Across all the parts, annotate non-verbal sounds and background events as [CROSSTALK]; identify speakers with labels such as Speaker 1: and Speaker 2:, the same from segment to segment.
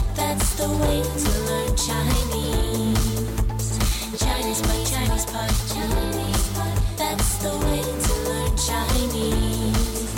Speaker 1: a way to learn Chinese. Chinese pot, Chinese pot, Chinese pot. That's the way to learn Chinese.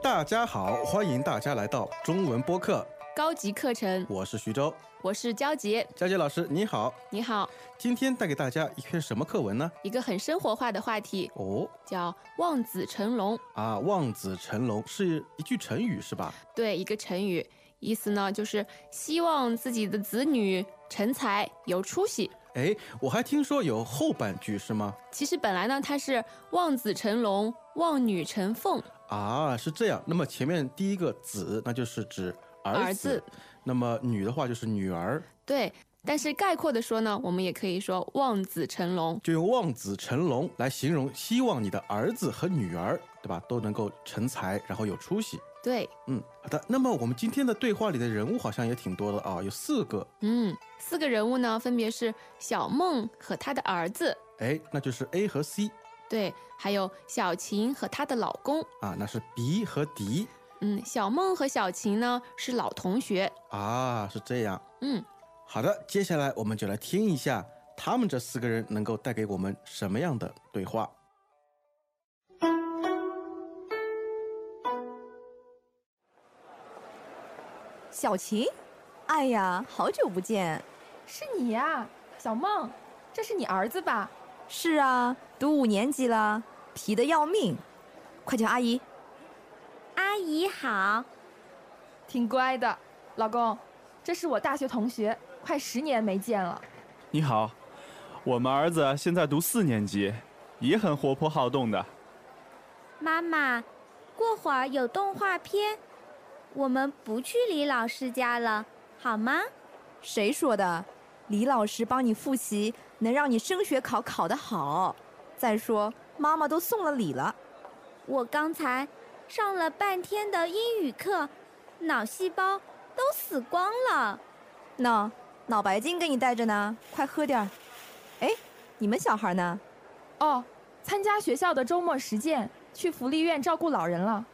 Speaker 2: 大家好，欢迎大家来到中文播客，
Speaker 3: 高级课程，
Speaker 2: 我是徐州，
Speaker 3: 我是焦杰，
Speaker 2: 佳杰老师你好，
Speaker 3: 你好。
Speaker 2: 今天带给大家一篇什么课文呢？
Speaker 3: 一个很生活化的话题
Speaker 2: 哦，
Speaker 3: 叫“望子成龙
Speaker 2: 啊，望子成龙是一句成语是吧？”，
Speaker 3: 对，一个成语，意思呢就是希望自己的子女成才有出息。
Speaker 2: 哎，我还听说有后半句是吗？
Speaker 3: 其实本来呢，它是“望子成龙，望女成凤
Speaker 2: 啊，是这样。那么前面第一个子，那就是指儿子，
Speaker 3: 儿子
Speaker 2: 那么女的话就是女儿，”，
Speaker 3: 对。但是概括的说呢，我们也可以说“望子成龙
Speaker 2: 就用望子成龙来形容，希望你的儿子和女儿，对吧，都能够成才，然后有出息。”。
Speaker 3: 对，
Speaker 2: 嗯，好的。那么我们今天的对话里的人物好像也挺多的啊，有四个。
Speaker 3: 嗯，四个人物呢，分别是小梦和她的儿子，
Speaker 2: 哎，那就是 A 和 C
Speaker 3: 对，还有小琴和她的老公。
Speaker 2: 啊，那是 B 和 D
Speaker 3: 嗯，小梦和小琴呢是老同学。
Speaker 2: 啊，是这样。
Speaker 3: 嗯，
Speaker 2: 好的，接下来我们就来听一下他们这四个人能够带给我们什么样的对话。
Speaker 4: 小琴，哎呀，好久不见。
Speaker 5: 是你呀、小梦，这是你儿子吧？
Speaker 4: 是啊，读五年级了，皮得要命。快叫阿姨。
Speaker 6: 阿姨好，
Speaker 5: 挺乖的，老公，这是我大学同学，快十年没见了。
Speaker 7: 你好，我们儿子现在读四年级，也很活泼好动的。
Speaker 6: 妈妈，过会儿有动画片，我们不去李老师家了，好吗？
Speaker 4: 谁说的？李老师帮你复习，能让你升学考考得好。再说，妈妈都送了礼了。
Speaker 6: 我刚才上了半天的英语课，脑细胞都死光了。
Speaker 4: 那脑白金给你带着呢，快喝点儿。哎，你们小孩呢？
Speaker 5: 哦，参加学校的周末实践，去福利院照顾老人了。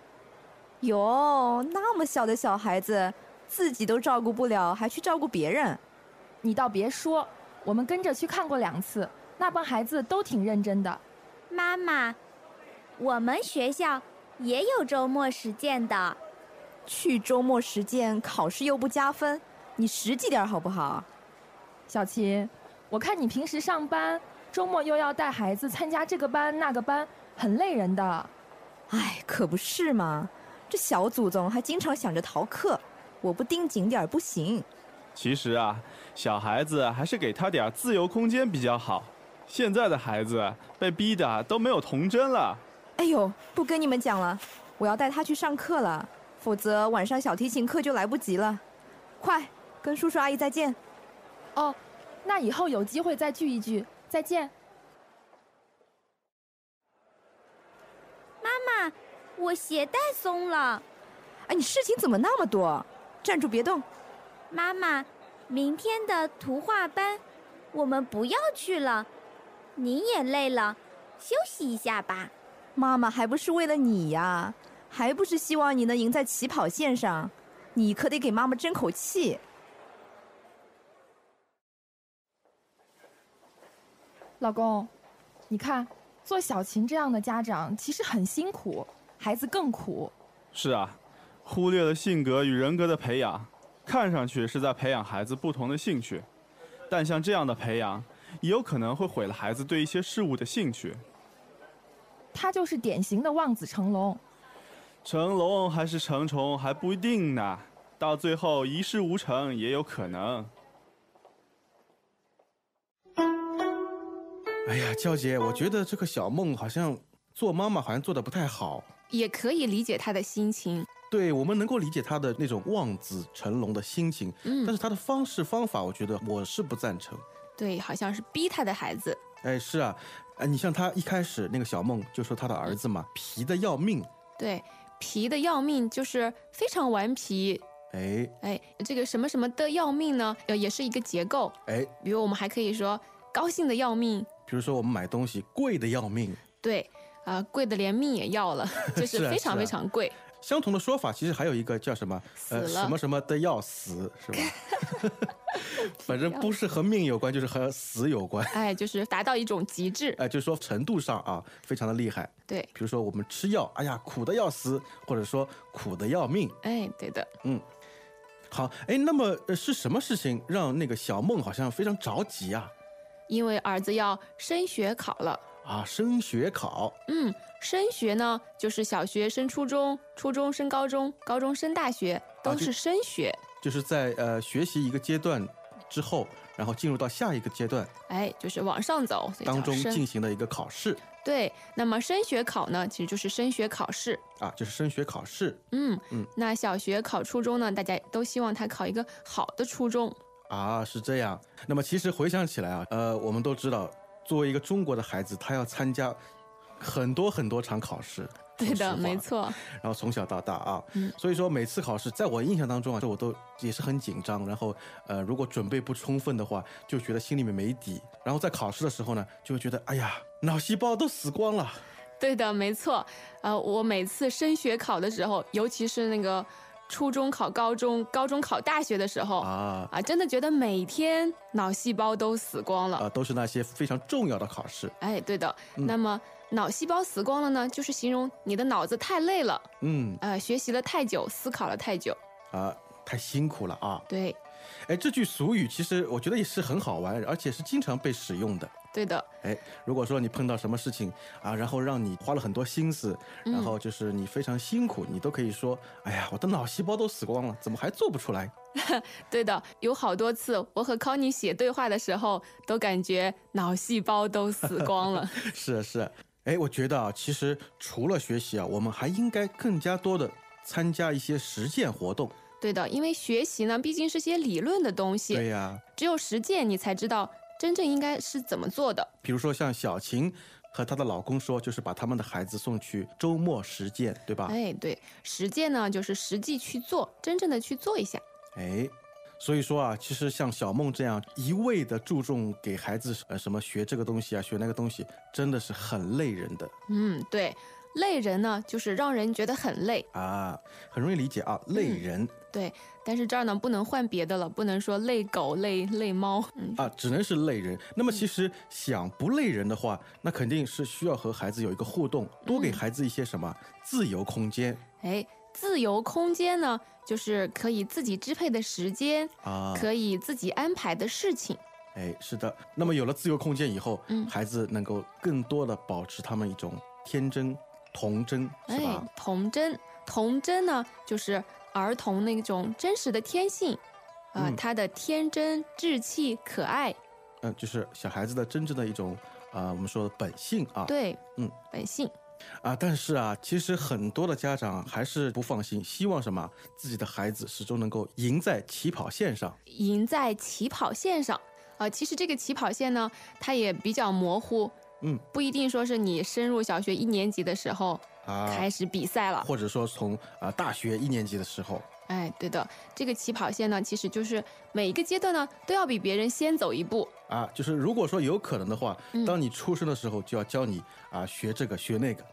Speaker 4: 哟，那么小的小孩子，自己都照顾不了，还去照顾别人。
Speaker 5: 你倒别说，我们跟着去看过两次，那帮孩子都挺认真的。
Speaker 6: 妈妈，我们学校也有周末实践的。
Speaker 4: 去周末实践，考试又不加分，你实际点儿好不好？
Speaker 5: 小琴，我看你平时上班，周末又要带孩子参加这个班那个班，很累人的。
Speaker 4: 哎，可不是嘛，这小祖宗还经常想着逃课，我不盯紧点儿不行。
Speaker 7: 其实啊，小孩子还是给他点儿自由空间比较好。现在的孩子被逼的都没有童真了。
Speaker 4: 哎呦，不跟你们讲了，我要带他去上课了，否则晚上小提琴课就来不及了。快，跟叔叔阿姨再见。
Speaker 5: 哦，那以后有机会再聚一聚，再见。
Speaker 6: 妈妈，我鞋带松了。
Speaker 4: 哎，你事情怎么那么多？站住，别动。
Speaker 6: 妈妈，明天的图画班我们不要去了，您也累了，休息一下吧。
Speaker 4: 妈妈还不是为了你呀、还不是希望你能赢在起跑线上。你可得给妈妈争口气。
Speaker 5: 老公，你看，做小琴这样的家长其实很辛苦，孩子更苦。
Speaker 7: 是啊，忽略了性格与人格的培养，看上去是在培养孩子不同的兴趣，但像这样的培养，也有可能会毁了孩子对一些事物的兴趣。
Speaker 5: 他就是典型的望子成龙。
Speaker 7: 成龙还是成虫还不一定呢，到最后一事无成也有可能。
Speaker 2: 哎呀，娇姐，我觉得这个小梦好像做妈妈好像做的不太好。”，
Speaker 3: 也可以理解她的心情。
Speaker 2: 对我们能够理解她的那种望子成龙的心情，但
Speaker 3: 嗯，
Speaker 2: 是她的方式方法，我觉得我是不赞成。
Speaker 3: 对，好像是逼她的孩子。
Speaker 2: 哎，是啊，哎，你像她一开始那个小梦就说她的儿子嘛，皮的要命。
Speaker 3: 对，皮的要命，就是非常顽皮。
Speaker 2: 哎
Speaker 3: 哎，这个什么什么的要命呢，呃，也是一个结构。
Speaker 2: 哎，
Speaker 3: 比如我们还可以说高兴的要命，
Speaker 2: 比如说我们买东西贵的要命，
Speaker 3: 呃对，啊、贵的连命也要了，就是 [LAUGHS] 是
Speaker 2: 啊
Speaker 3: 非
Speaker 2: 是
Speaker 3: 常
Speaker 2: 啊
Speaker 3: 非常贵。
Speaker 2: 相同的说法其实还有一个叫什么呃
Speaker 3: 死了
Speaker 2: 什么什么的要死是吧？
Speaker 3: [LAUGHS]
Speaker 2: 反正不是和命有关，就是和死有关。
Speaker 3: 哎，就是达到一种极致。
Speaker 2: 哎，就是说程度上啊，非常的厉害。
Speaker 3: 对，
Speaker 2: 比如说我们吃药，哎呀，苦的要死，或者说苦的要命。
Speaker 3: 哎，对的。
Speaker 2: 好，哎，那么呃是什么事情让那个小梦好像非常着急啊？
Speaker 3: 因为儿子要升学考了。
Speaker 2: 啊，升学考，
Speaker 3: 嗯，升学呢，就是小学升初中，初中升高中，高中升大学，都
Speaker 2: 啊就是
Speaker 3: 升学。
Speaker 2: 就是在呃学习一个阶段之后，然后进入到下一个阶段
Speaker 3: 哎，就是往上走，所以
Speaker 2: 当
Speaker 3: 叫
Speaker 2: 中进
Speaker 3: 升。
Speaker 2: 行的一个考试
Speaker 3: 对，那么升学考呢，其实就是升学考试。
Speaker 2: 啊，就是升学考试
Speaker 3: 嗯
Speaker 2: 嗯
Speaker 3: 那小学考初中呢，大家都希望他考一个好的初中。
Speaker 2: 啊，是这样。那么其实回想起来啊，呃，我们都知道，作为一个中国的孩子，他要参加很多很多场考试。
Speaker 3: 对
Speaker 2: 说实
Speaker 3: 的，
Speaker 2: 话
Speaker 3: 没。错。
Speaker 2: 然后从小到大啊，
Speaker 3: 嗯
Speaker 2: 所以说每次考试，在我印象当中啊，这我都也是很紧张。然后呃，如果准备不充分的话，就觉得心里面没底。然后在考试的时候呢，就会觉得哎呀，脑细胞都死光了。
Speaker 3: 对的，没错。呃，我每次升学考的时候，尤其是那个初中考高中、高中考大学的时候
Speaker 2: 啊
Speaker 3: 啊，真的觉得每天脑细胞都死光了。
Speaker 2: 啊，都是那些非常重要的考试。
Speaker 3: 哎，对的。那么脑细胞死光了呢，就是形容你的脑子太累了，
Speaker 2: 嗯
Speaker 3: 呃，学习了太久，思考了太久。
Speaker 2: 啊，太辛苦了啊！
Speaker 3: 对，
Speaker 2: 哎，这句俗语其实我觉得也是很好玩，而且是经常被使用的。
Speaker 3: 对的，
Speaker 2: 哎，如果说你碰到什么事情啊，然后让你花了很多心思，然后就是你非常辛苦，你都可以说：“哎呀，我的脑细胞都死光了，怎么还做不出来
Speaker 3: 对的。有好多次我和康妮写对话的时候，都感觉脑细胞都死光了。？”
Speaker 2: 是啊，是啊。哎，我觉得啊，其实除了学习啊，我们还应该更加多的参加一些实践活动。
Speaker 3: 对的，因为学习呢，毕竟是些理论的东西。
Speaker 2: 对呀、
Speaker 3: 只有实践，你才知道真正应该是怎么做的。
Speaker 2: 比如说像小琴和她的老公说，就是把他们的孩子送去周末实践，对吧？
Speaker 3: 哎，对，实践呢就是实际去做，真正的去做一下。
Speaker 2: 哎，所以说啊，其实像小梦这样一味的注重给孩子呃什么学这个东西啊，学那个东西，真的是很累人的
Speaker 3: 嗯，对，累人呢就是让人觉得很累。
Speaker 2: 啊，很容易理解啊，累
Speaker 3: 嗯
Speaker 2: 人、
Speaker 3: 对，但是这儿呢不能换别的了，不能说累狗、累累猫。嗯，
Speaker 2: 啊，只能是累人。那么其实想不累人的话，那肯定是需要和孩子有一个互动，多
Speaker 3: 嗯
Speaker 2: 给孩子一些什么自由空间
Speaker 3: 哎，自由空间呢就是可以自己支配的时间，
Speaker 2: 啊。
Speaker 3: 可以自己安排的事情。
Speaker 2: 哎，是的。那么有了自由空间以后，
Speaker 3: 嗯
Speaker 2: 孩子能够更多的保持他们一种天真、童真，是
Speaker 3: 哎
Speaker 2: 吧？，
Speaker 3: 童真，童真呢，就是儿童那种真实的天性，啊、
Speaker 2: 嗯
Speaker 3: 他的天真、稚气、可爱，
Speaker 2: 嗯，就是小孩子的真正的一种啊、我们说的本性啊。
Speaker 3: 对，
Speaker 2: 嗯，
Speaker 3: 本性，
Speaker 2: 啊，但是啊，其实很多的家长还是不放心，希望什么自己的孩子始终能够赢在起跑线上。
Speaker 3: 赢在起跑线上。啊，其实这个起跑线呢，它也比较模糊，
Speaker 2: 嗯，
Speaker 3: 不一定说是你升入小学一年级的时候
Speaker 2: 啊
Speaker 3: 开始比赛了。
Speaker 2: 或者说从啊、大学一年级的时候
Speaker 3: 哎，对的，这个起跑线呢，其实就是每一个阶段呢，都要比别人先走一步。
Speaker 2: 啊，就是如果说有可能的话，
Speaker 3: 嗯
Speaker 2: 当你出生的时候就要教你啊学这个学那个，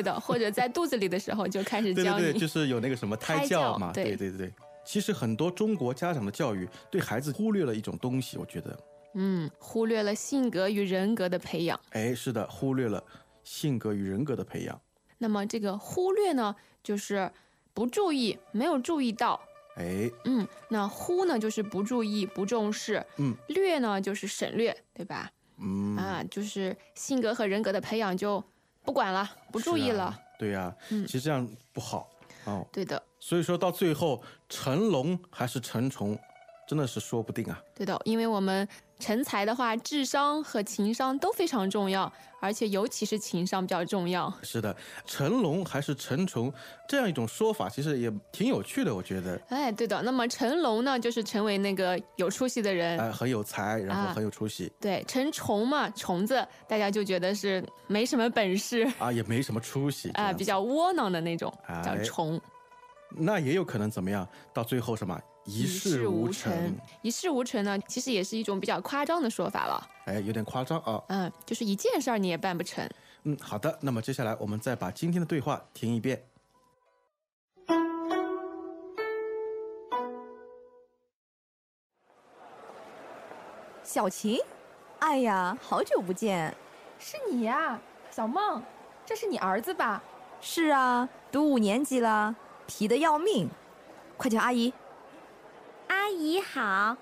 Speaker 2: [LAUGHS]
Speaker 3: 的，或者在肚子里的时候就开始
Speaker 2: 对
Speaker 3: 教你。
Speaker 2: 对对，就是有那个什么胎
Speaker 3: 胎
Speaker 2: 教
Speaker 3: 教
Speaker 2: 嘛，对
Speaker 3: 对
Speaker 2: 对对。其实很多中国家长的教育对孩子忽略了一种东西，我觉得，
Speaker 3: 嗯，忽略了性格与人格的培养。
Speaker 2: 哎，是的，忽略了性格与人格的培养。
Speaker 3: 那么这个忽略呢，就是不注意，没有注意到。
Speaker 2: 哎，
Speaker 3: 嗯，那忽呢就是不注意、不重视。
Speaker 2: 嗯，
Speaker 3: 略呢就是省略，对吧？
Speaker 2: 嗯，
Speaker 3: 啊，就是性格和人格的培养就不管了，不
Speaker 2: 不
Speaker 3: 注意了。
Speaker 2: 啊对呀、
Speaker 3: 嗯
Speaker 2: 其实这样不好哦。
Speaker 3: 对的，
Speaker 2: 所以说到最后，成龙还是成虫，真的是说不定啊。
Speaker 3: 对的，因为我们成才的话，智商和情商都非常重要，而且尤其是情商比较重要。
Speaker 2: 是的，成龙还是成虫这样一种说法，其实也挺有趣的，我觉得。
Speaker 3: 哎，对的。那么成龙呢，就是成为那个有出息的人。
Speaker 2: 哎，很有才，然后
Speaker 3: 呃啊
Speaker 2: 很有出息
Speaker 3: 对，成虫嘛，虫子，大家就觉得是没什么本事
Speaker 2: 啊也没什么出息这
Speaker 3: 啊、
Speaker 2: 样子
Speaker 3: 比较窝囊的那种，叫
Speaker 2: 哎
Speaker 3: 虫。
Speaker 2: 那也有可能怎么样？到最后什么一事无成，，
Speaker 3: 一事无成呢，其实也是一种比较夸张的说法了。
Speaker 2: 哎，有点夸张啊。
Speaker 3: 嗯，就是一件事儿你也办不成。
Speaker 2: 嗯，好的，那么接下来我们再把今天的对话听一遍。
Speaker 4: 小琴，哎呀，好久不见。
Speaker 5: 是你啊呀、小梦，这是你儿子吧？
Speaker 4: 是啊，读五年级了，皮得要命。快叫阿姨，
Speaker 6: 阿姨好，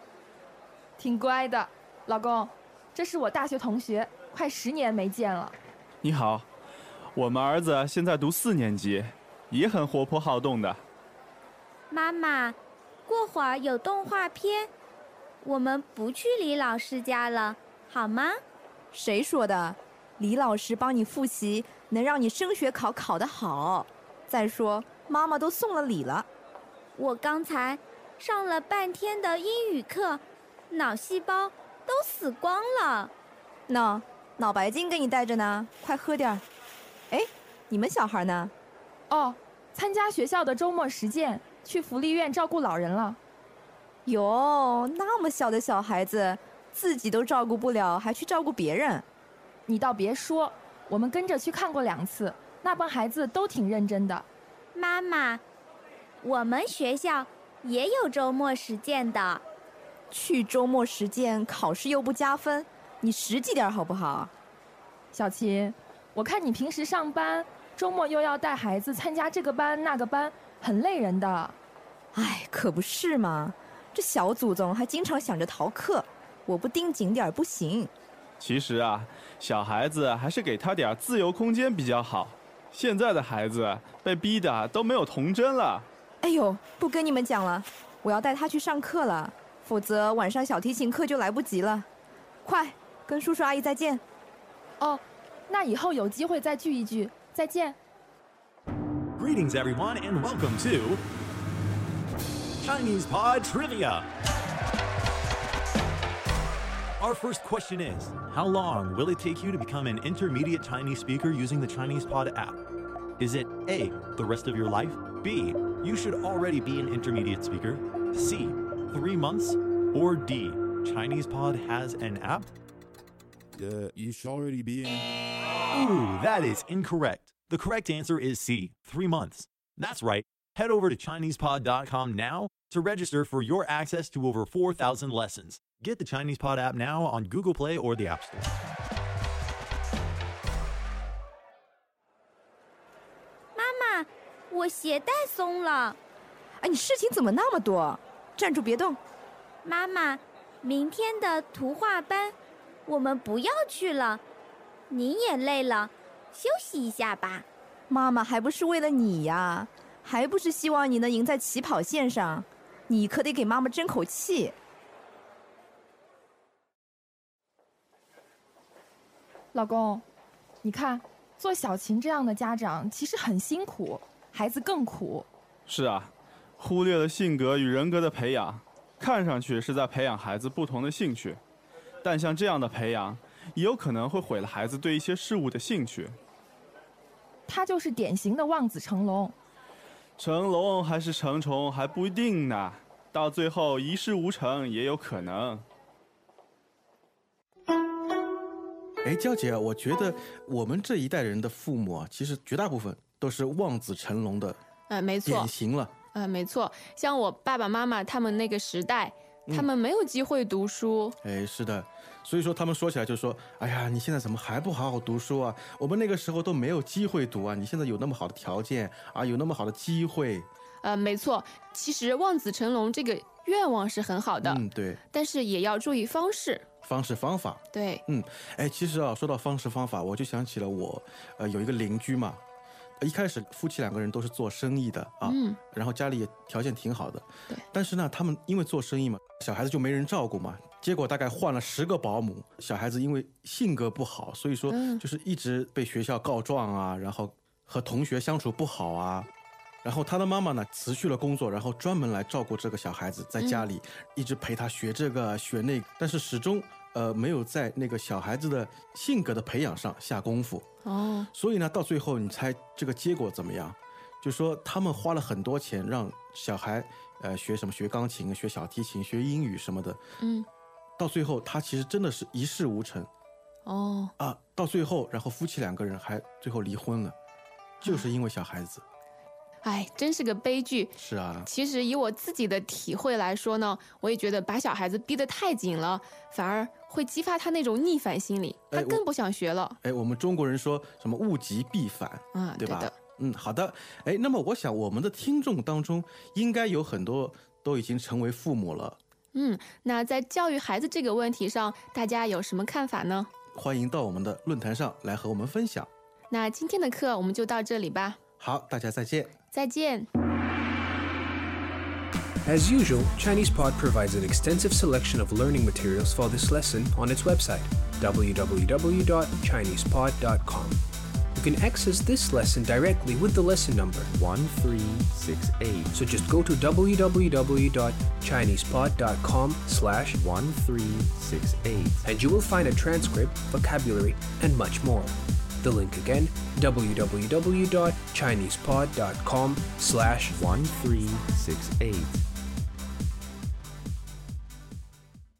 Speaker 5: 挺乖的，老公，这是我大学同学，快十年没见了。
Speaker 7: 你好，我们儿子现在读四年级，也很活泼好动的。
Speaker 6: 妈妈。过会儿有动画片，我们不去李老师家了，好吗？
Speaker 4: 谁说的？李老师帮你复习，能让你升学考考得好。再说，妈妈都送了礼了。
Speaker 6: 我刚才上了半天的英语课，脑细胞都死光了。
Speaker 4: 那脑白金给你带着呢，快喝点儿。哎，你们小孩呢？
Speaker 5: 哦，参加学校的周末实践，去福利院照顾老人了。
Speaker 4: 哟，那么小的小孩子，自己都照顾不了，还去照顾别人。
Speaker 5: 你倒别说，我们跟着去看过两次，那帮孩子都挺认真的。
Speaker 6: 妈妈，我们学校也有周末实践的。
Speaker 4: 去周末实践，考试又不加分，你实际点儿好不好？
Speaker 5: 小琴，我看你平时上班，周末又要带孩子参加这个班那个班，很累人的。
Speaker 4: 哎，可不是嘛，这小祖宗还经常想着逃课，我不盯紧点儿不行。
Speaker 7: 其实啊，小孩子还是给他点儿自由空间比较好。现在的孩子被逼的都没有童真了。
Speaker 4: 哎呦，不跟你们讲了，我要带他去上课了，否则晚上小提琴课就来不及了。快，跟叔叔阿姨再见。
Speaker 5: 哦，那以后有机会再聚一聚，再见。
Speaker 8: Greetings, everyone, and welcome to Chinese Pod Trivia. Our first question is How long will it take you to become an intermediate Chinese speaker using the Chinese Pod app? Is it A, the rest of your life? B, you should already be an intermediate speaker? C, three months? Or D, Chinese Pod has an app?
Speaker 9: Yeah, you should already be in.
Speaker 8: Ooh, that is incorrect. The correct answer is C, three months. That's right. Head over to ChinesePod.com now to register for your access to over 4,000 lessons. Get the Chinese Pod app now on Google Play or the App Store.
Speaker 6: 妈妈，我鞋带松了。
Speaker 4: 哎，你事情怎么那么多？站住，别动！
Speaker 6: 妈妈，明天的图画班，我们不要去了。您也累了，休息一下吧。
Speaker 4: 妈妈还不是为了你呀，还不是希望你能赢在起跑线上。你可得给妈妈争口气。
Speaker 5: 老公，你看，做小琴这样的家长其实很辛苦，孩子更苦。
Speaker 7: 是啊，忽略了性格与人格的培养，看上去是在培养孩子不同的兴趣，但像这样的培养，也有可能会毁了孩子对一些事物的兴趣。
Speaker 5: 他就是典型的望子成龙。
Speaker 7: 成龙还是成虫还不一定呢，到最后一事无成也有可能。
Speaker 2: 哎，娇姐，我觉得我们这一代人的父母啊，其实绝大部分都是望子成龙的
Speaker 3: 呃，没错
Speaker 2: 典，型了。
Speaker 3: 呃，没错。像我爸爸妈妈他们那个时代，
Speaker 2: 嗯
Speaker 3: 他们没有机会读书，
Speaker 2: 哎，是的，所以说他们说起来就说，哎呀，你现在怎么还不好好读书啊？我们那个时候都没有机会读啊，你现在有那么好的条件啊，有那么好的机会，
Speaker 3: 呃，没错。其实望子成龙这个愿望是很好的，
Speaker 2: 嗯，对，
Speaker 3: 但是也要注意方式。
Speaker 2: 方式方法，
Speaker 3: 对，
Speaker 2: 嗯，哎，其实啊，说到方式方法，我就想起了我，呃，有一个邻居嘛，呃一开始夫妻两个人都是做生意的啊，
Speaker 3: 嗯，
Speaker 2: 然后家里也条件挺好的，
Speaker 3: 对，
Speaker 2: 但是呢，他们因为做生意嘛，小孩子就没人照顾嘛，结果大概换了十个保姆，小孩子因为性格不好，所以说
Speaker 3: 嗯
Speaker 2: 就是一直被学校告状啊，然后和同学相处不好啊。然后他的妈妈呢辞去了工作，然后专门来照顾这个小孩子，在家
Speaker 3: 嗯
Speaker 2: 里、一直陪他学这个学那个，但是始终呃没有在那个小孩子的性格的培养上下功夫。
Speaker 3: 哦，
Speaker 2: 所以呢，到最后你猜这个结果怎么样？就说他们花了很多钱让小孩，呃，学什么学钢琴、学小提琴、学英语什么的，
Speaker 3: 嗯，
Speaker 2: 到最后他其实真的是一事无成
Speaker 3: 哦，
Speaker 2: 啊！到最后，然后夫妻两个人还最后离婚了，就是因为小孩子。
Speaker 3: 哎，真是个悲剧。
Speaker 2: 是啊，
Speaker 3: 其实以我自己的体会来说呢，我也觉得把小孩子逼得太紧了，反而会激发他那种逆反心理，
Speaker 2: 哎
Speaker 3: 他
Speaker 2: 我
Speaker 3: 更不想学了。
Speaker 2: 哎，我们中国人说什么物极必反，
Speaker 3: 啊
Speaker 2: 对
Speaker 3: 对
Speaker 2: 吧？
Speaker 3: 的
Speaker 2: 嗯，好的。哎，那么我想我们的听众当中应该有很多都已经成为父母了，
Speaker 3: 嗯，那在教育孩子这个问题上，大家有什么看法呢？
Speaker 2: 欢迎到我们的论坛上来和我们分享。
Speaker 3: 那今天的课我们就到这里吧，
Speaker 2: 好，大家再见。
Speaker 3: 再见。
Speaker 10: As usual, ChinesePod provides an extensive selection of learning materials for this lesson on its website, www.chinesepod.com. You can access this lesson directly with the lesson number,
Speaker 11: 1368.
Speaker 10: so just go to www.chinesepod.com slash
Speaker 11: 1368.
Speaker 10: and you will find a transcript, vocabulary, and much more. The link again, www.chinesepod.com slash
Speaker 11: 1368.